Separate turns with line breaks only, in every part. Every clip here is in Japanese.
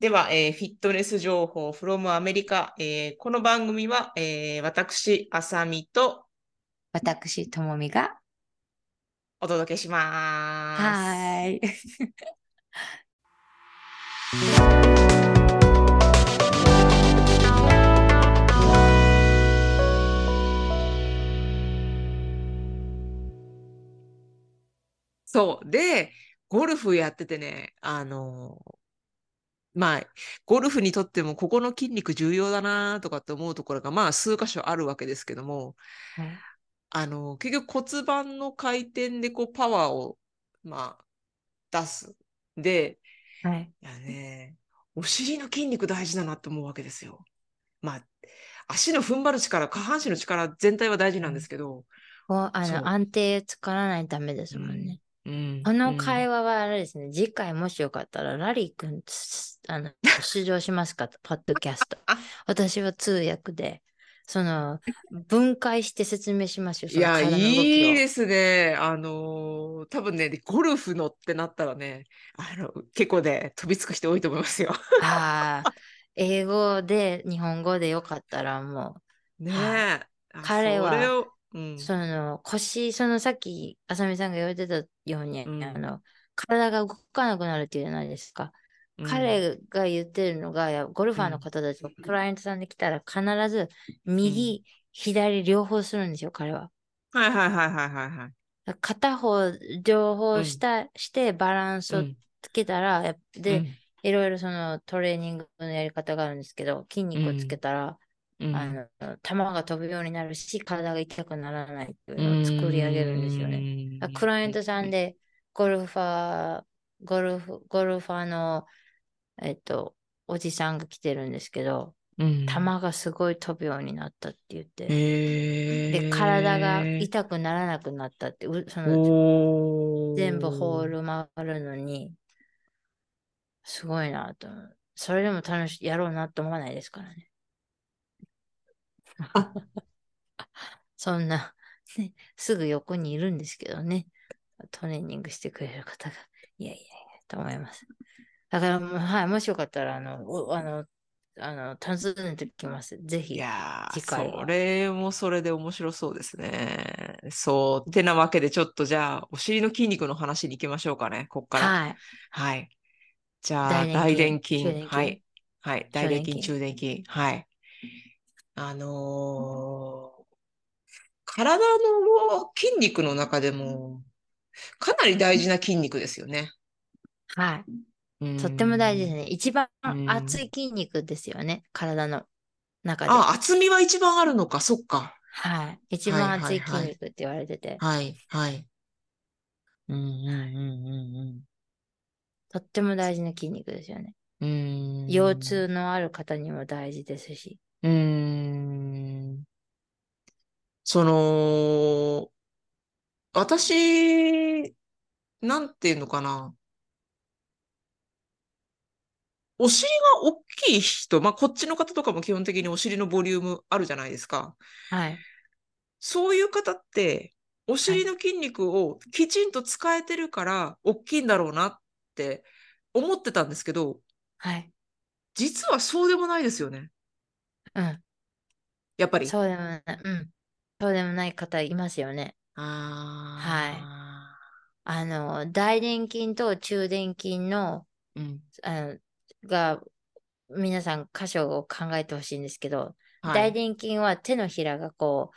では、えーフィットネス情報 from アメリカ。えーこの番組は、えー私、あさみと
私、ともみが。
お届けします。
はーい。
そう。で、ゴルフやっててね、あのーまあ、ゴルフにとってもここの筋肉重要だなとかって思うところが、まあ、数箇所あるわけですけども、
はい
あのー結局骨盤の回転でこうパワーを、まあ、出す。で、
はい。
いやね、お尻の筋肉大事だなって思うわけですよ。まあ、足の踏ん張る力、下半身の力全体は大事なんですけど、
こう、あ
そう
の、安定作らないためですもんね。
うん
こ
う
の
ん
会話はあれですね、次回もしよかったら、ラリー君、つ あの、出場しますかと、ポッドキャスト
あ。
私は通訳で、その、分解して説明しますよ。
いや、いいです
す。
ね。あのー多分ね、ゴルフのってなったらね、あの、結構ね、飛びつく人多いと思い ますよ。
ああ、英語で、日本語でよかったら、も
ね
は
え。あ
彼は
それを、うん
う、。その、腰、その、さっき、あさみさんが言われてたように、
うん
あの、体が動かなくなるっていうじゃないですか。
うん
彼が言ってるのが、いやゴルファーの方たち、クライアントさんで来たら必ず右、左両方するんですよ、彼は。
はいはいはいはいはいはい。
片方、両
う
方
ん
した、してバランス
う
を
ん
つけたら、やっで、
うん
いろいろそのトレーニングのやり方があるんですけど、筋肉をつけたら、
うん
あの、球が飛ぶようになるし、体が痛くならないっていうのを作り上げるんですよね。
う
あ
ん
クライアントさんで、ゴルファー、ゴルフ、ゴルファーの、えっと、おじさんが来てるんですけど、
うん
球がすごい飛ぶようになったって言って、
へえ
で、体が痛くならなくなったって、うその
おー
全部ホール回るのに、すごいなと思う。それでも楽しい、やろうなと思わないですからね。
あ
そんな、ね、すぐ横にいるんですけどね、トレーニングしてくれる方が、いやいやいや、と思います。だからもう、はい、もしよかったら、あの、おあの、あの、訪ねてきます。ぜ
い
ひ。
やー
次回は
それもそれで面白そうですね。そう。てなわけで、ちょっとじゃあ、お尻の筋肉の話に行きましょうかね、こっから。はい。
はい。
じゃあ、大
大
臀
臀
筋。
筋
はい。はい。大臀筋、中
中
臀筋。はい。あのー体の筋肉の中でも、かなり大事な筋肉ですよね。
はい。
うん
とっても大事ですね。一番
うん
熱い筋肉ですよね。体の中で。
あ、厚みは一番あるのか、そっか。
はい。一
はい
番
はい
熱い
はい
筋肉って言われてて、
はい、はい。うんうん
とっても大事な筋肉ですよね。
うんうんうん。うーん
腰痛のある方にも大事ですし。
うーん。その、私、なんていうのかな。お尻が大きい人、まあ、こっちの方とかも基本的にお尻のボリュームあるじゃないですか。
はい。
そういう方って、お尻の筋肉をきちんと使えてるから、大きいんだろうなって思ってたんですけど、
はい。
実はそうでもないですよね。
うん。
やっぱり。
そうでもない。うん。そうでもない方いますよね。
あ
あの、大臀筋と中臀筋の、
ーうん
あの、が、皆さん箇所を考えてほしいんですけど、
はい。
大臀筋は手のひらがこう、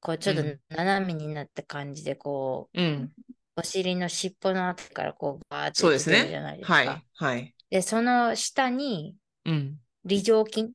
こうちょっと
うん
斜めになった感じで、こう、
うん。
お尻の尻尾の後からこうバーって
そうですね
出てるじゃないですか。
はい。はい。
で、その下に、
うん。
梨状筋っ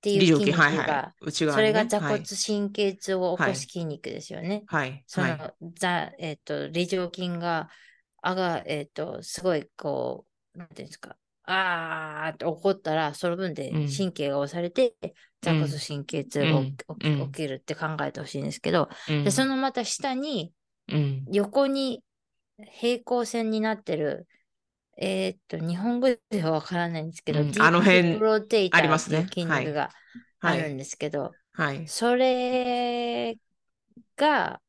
ていう
理状
筋
筋、
肉が、
はいはい。内側
それ
に
が
ね
座
は
骨
い。
神経痛を起
は
こ
い
す筋肉ですよね。
はい。
その、
はい。
ざえっ、と、梨状筋が、あが、えっ、と、すごいこう、なんていうんですか、あーって怒ったら、その分で
うん
神経が押されて、座骨神経痛が起き
うん
起
う
き
ん
起きるって考えてほしいんですけど、
うん
で、そのまた下に、
うん。
横に平行線になってる、えーっと、日本語ではわからないんですけど、
うん
ディー
あの辺
プロテイタ
ありま
ーっ
す
てい
ね
う筋
はい
肉が
は
ある
い。
んですけど、
はい。
それが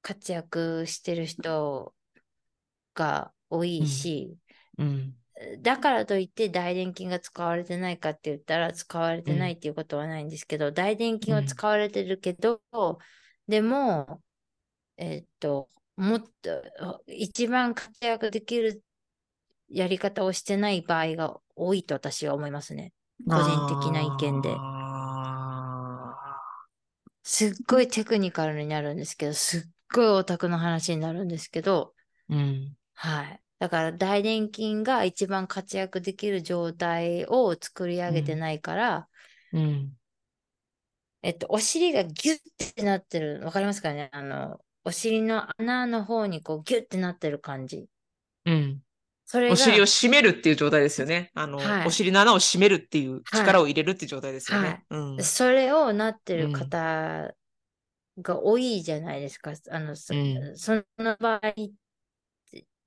活躍してる人が多いし、
うん。
だからといって大臀筋が使われてないかって言ったら使われてないっていうことはないんですけど、大臀筋は使われてるけど、でも、えっと、もっと一番活躍できるやり方をしてない場合が多いと私は思いますね。個人的な意見で
あ
すっごいテクニカルになるんですけど、すっごいオタクの話になるんですけど、
ーうん。
はい。だから大臀筋が一番活躍できる状態を作り上げてないから、
うん。
えっと、お尻がギュッてなってる、わかりますかねあの、お尻の穴の方にこうギュッてなってる感じ。
うん。
それが、
お尻を締めるっていう状態ですよね。あの、
はい
お尻の穴を締めるっていう
はい
力を入れるっていう状態ですよね。
はい
うん。
それをなって
う
る
ん
方が多いじゃないですか。あの、そ
うん
その場合っ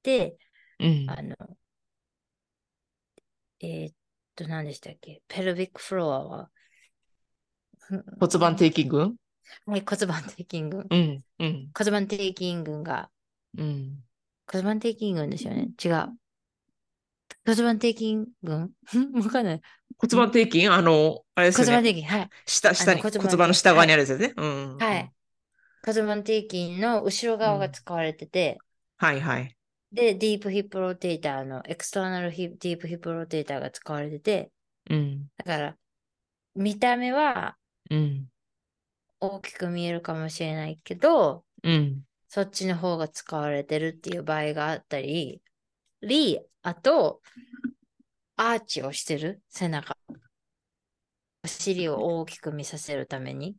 て、
うん
あの、えーっと、何でしたっけペルビックフロアは、
骨盤底筋群
はい、骨盤底筋群。
うん。うん。
骨盤底筋群が、
うん。
骨盤底筋群ですよね。違う。骨盤底筋群 わかんない。
骨盤底筋あの、あれです
骨
よ
盤
ね。
底筋、はい。
下、下に、
あの骨
骨
盤
盤の下側にあるやつですね。うん。
はい。骨盤底筋の後ろ側が使われてて、
はいはい。
で、ディープヒップロテーターの、エクスターナルヒディープヒップロテーターが使われてて、
うん。
だから、見た目は
うん。
大きく見えるかもしれないけど、
うん。
そっちの方が使われてるっていう場合があったり、り、あと、アーチをしてる背中。お尻を大きく見させるために。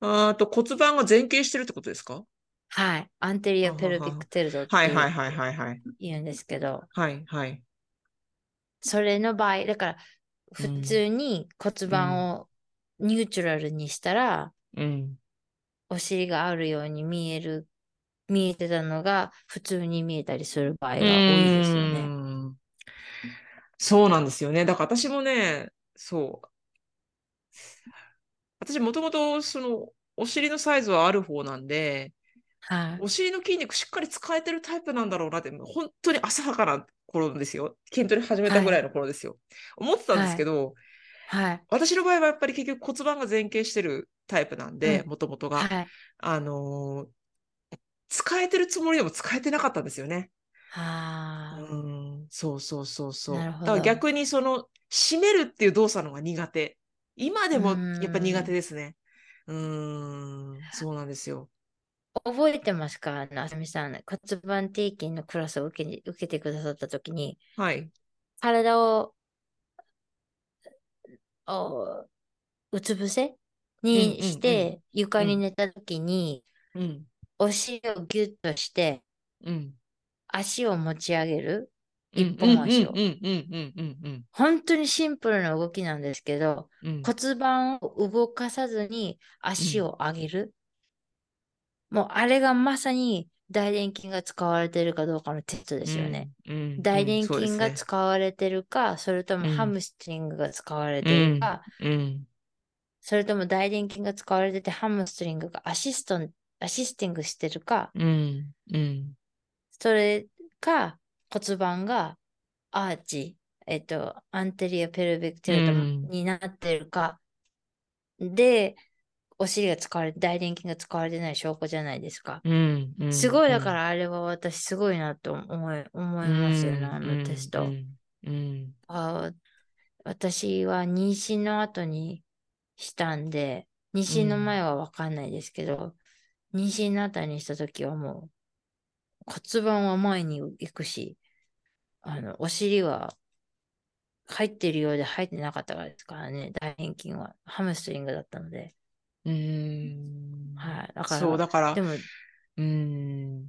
あと骨盤が前傾してるってことですか
はい。アンテリアペルビックテルドって
はいいはいうはいはいはい。
言うんですけど、
はいはい。
それの場合、だから、
うん
普通に骨盤をニュートラルにしたら、
うん。
お尻があるように見える、見えてたのが、普通に見えたりする場合が多いですよ
うー
ね。
んそうなんですよね。だから私もね、そう。私もともとそのお尻のサイズはある方なんで、
はい。
お尻の筋肉しっかり使えてるタイプなんだろうなって、本当に浅はかな頃ですよ。筋トレ始めたぐらいの頃ですよ。思ってたんですけど、
はい。
私の場合はやっぱり結局骨盤が前傾してるタイプなんで、
うん
もともとが。
はい。
あのー使えてるつもりでも使えてなかったんですよね。
ああ、
うん、そうそうそうそう。
なるほど
だから逆にその、締めるっていう動作の方が苦手。今でもやっぱ苦手ですね。うん、そうなんですよ。
覚えてますかあの、あさみさん、骨盤底筋のクラスを受けに受けてくださったときに、
はい。
体を、おうつ伏せにし
うんうん
て、床に寝たときに、
うん、
お尻をギュッとして、
うん。
足を持ち上げる。
うん
一本足を
うん、うん、うん、うん、うん、
本当にシンプルな動きなんですけど、
うんうん。
骨盤を動かさずに足を上げる。もうあれがまさに大臀筋が使われてるかどうかのテストですよね。
うん。うん
大
うん
臀
そうです
筋が
ね
使われてるか、それとも
うん
ハムストリングが使われてるか、
うん、
それとも大臀筋が使われててハムストリングがアシストン、アシスティングしてるか、
うん、うん。
それか骨盤がアーチ、えっと、アンテリアペルビックテルト
うん
になってるか、で、お尻が使われて、大臀筋が使われてない証拠じゃないですか。
うん、うん
すごい、だか
うん
らあれは私すごいなと思い思いますよね、あ
う
の
ん
テスト。
うん、うん。
あ私は妊娠の後にしたんで、妊娠の前は分かんないですけど、妊娠の後にした時はもう骨盤は前に行くし、あの、お尻は入ってるようで入ってなかったからですからね、大臀筋はハムストリングだったので。
うーん
はい。だから、
そう、だから
で、も、
うーん。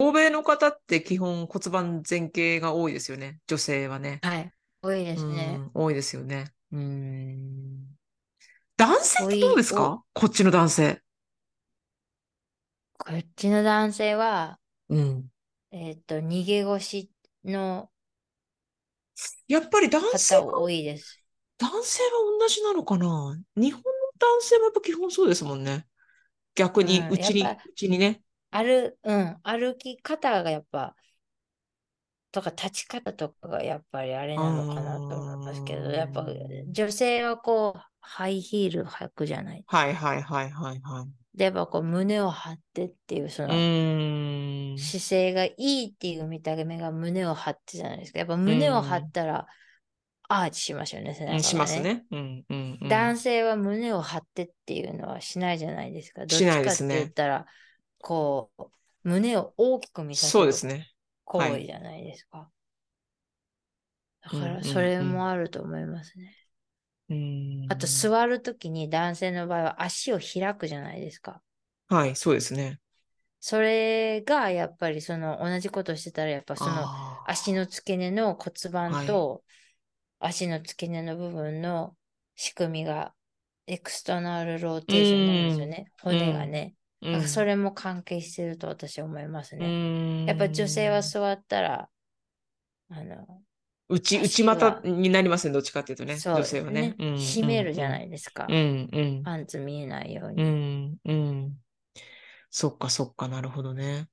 欧米の方って基本骨盤前傾が多いですよね。女性はね。
はい。多いです
う
ね。
ん多いですよね。うーん。男性ってどうです
多
かこっちの男性。
こっちの男性は、
うん。
えっと、逃げ腰の
やっぱり男性
方
は、
多いです。
男性は同じなのかな日本の男性もやっぱ基本そうですもんね。逆に、
うん
うちに、
やっぱ
うちにね。
歩、うん、歩き方がやっぱとか立ち方とかがやっぱりあれなのかなと思いますけ
あ
ど、
ー
やっぱ女性はこう、ハイヒール履くじゃない。
はいはいはいはいはい。
で、やっぱこう胸を張ってっていう、そうの、
ーん。
姿勢がいいっていう見た目が胸を張ってじゃないですか。やっぱ胸を張ったら、アーチしますよね、背
うん
中
し
が
ます。ね。うんうん、うん。
男性は胸を張ってっていうのはしないじゃないですか。ど
し
っち
な
か
い
っ
で
て
すね
言ったら、こう、胸を大きく見させ
そうです
る
ね。
行
はい
為じゃないですか。
うん
だか
うん
ら、それもあると思いますね。
うーん。
あと、座るときに男性の場合は足を開くじゃないですか。
はい、そうですね。
それが、やっぱりその、同じことしてたら、やっぱその、
あー
足の付け根の骨
は
盤
い
と足の付け根の部分の仕組みがエクスターナルローテーションなんですよね、
ん
骨がね。だから
うん
それも関係してると私は思いますね。
ね
やっぱ女性は座ったら、あの、
内、内
足は
股になりますね、どっちかっていうとね、
そう
女
です
性
よ
は
ね
ね。。うん
締めるじゃな
う
いですか。
んうん
パンツ見えないよう
う
に。
んうんうん。そっかそっかなるほどね。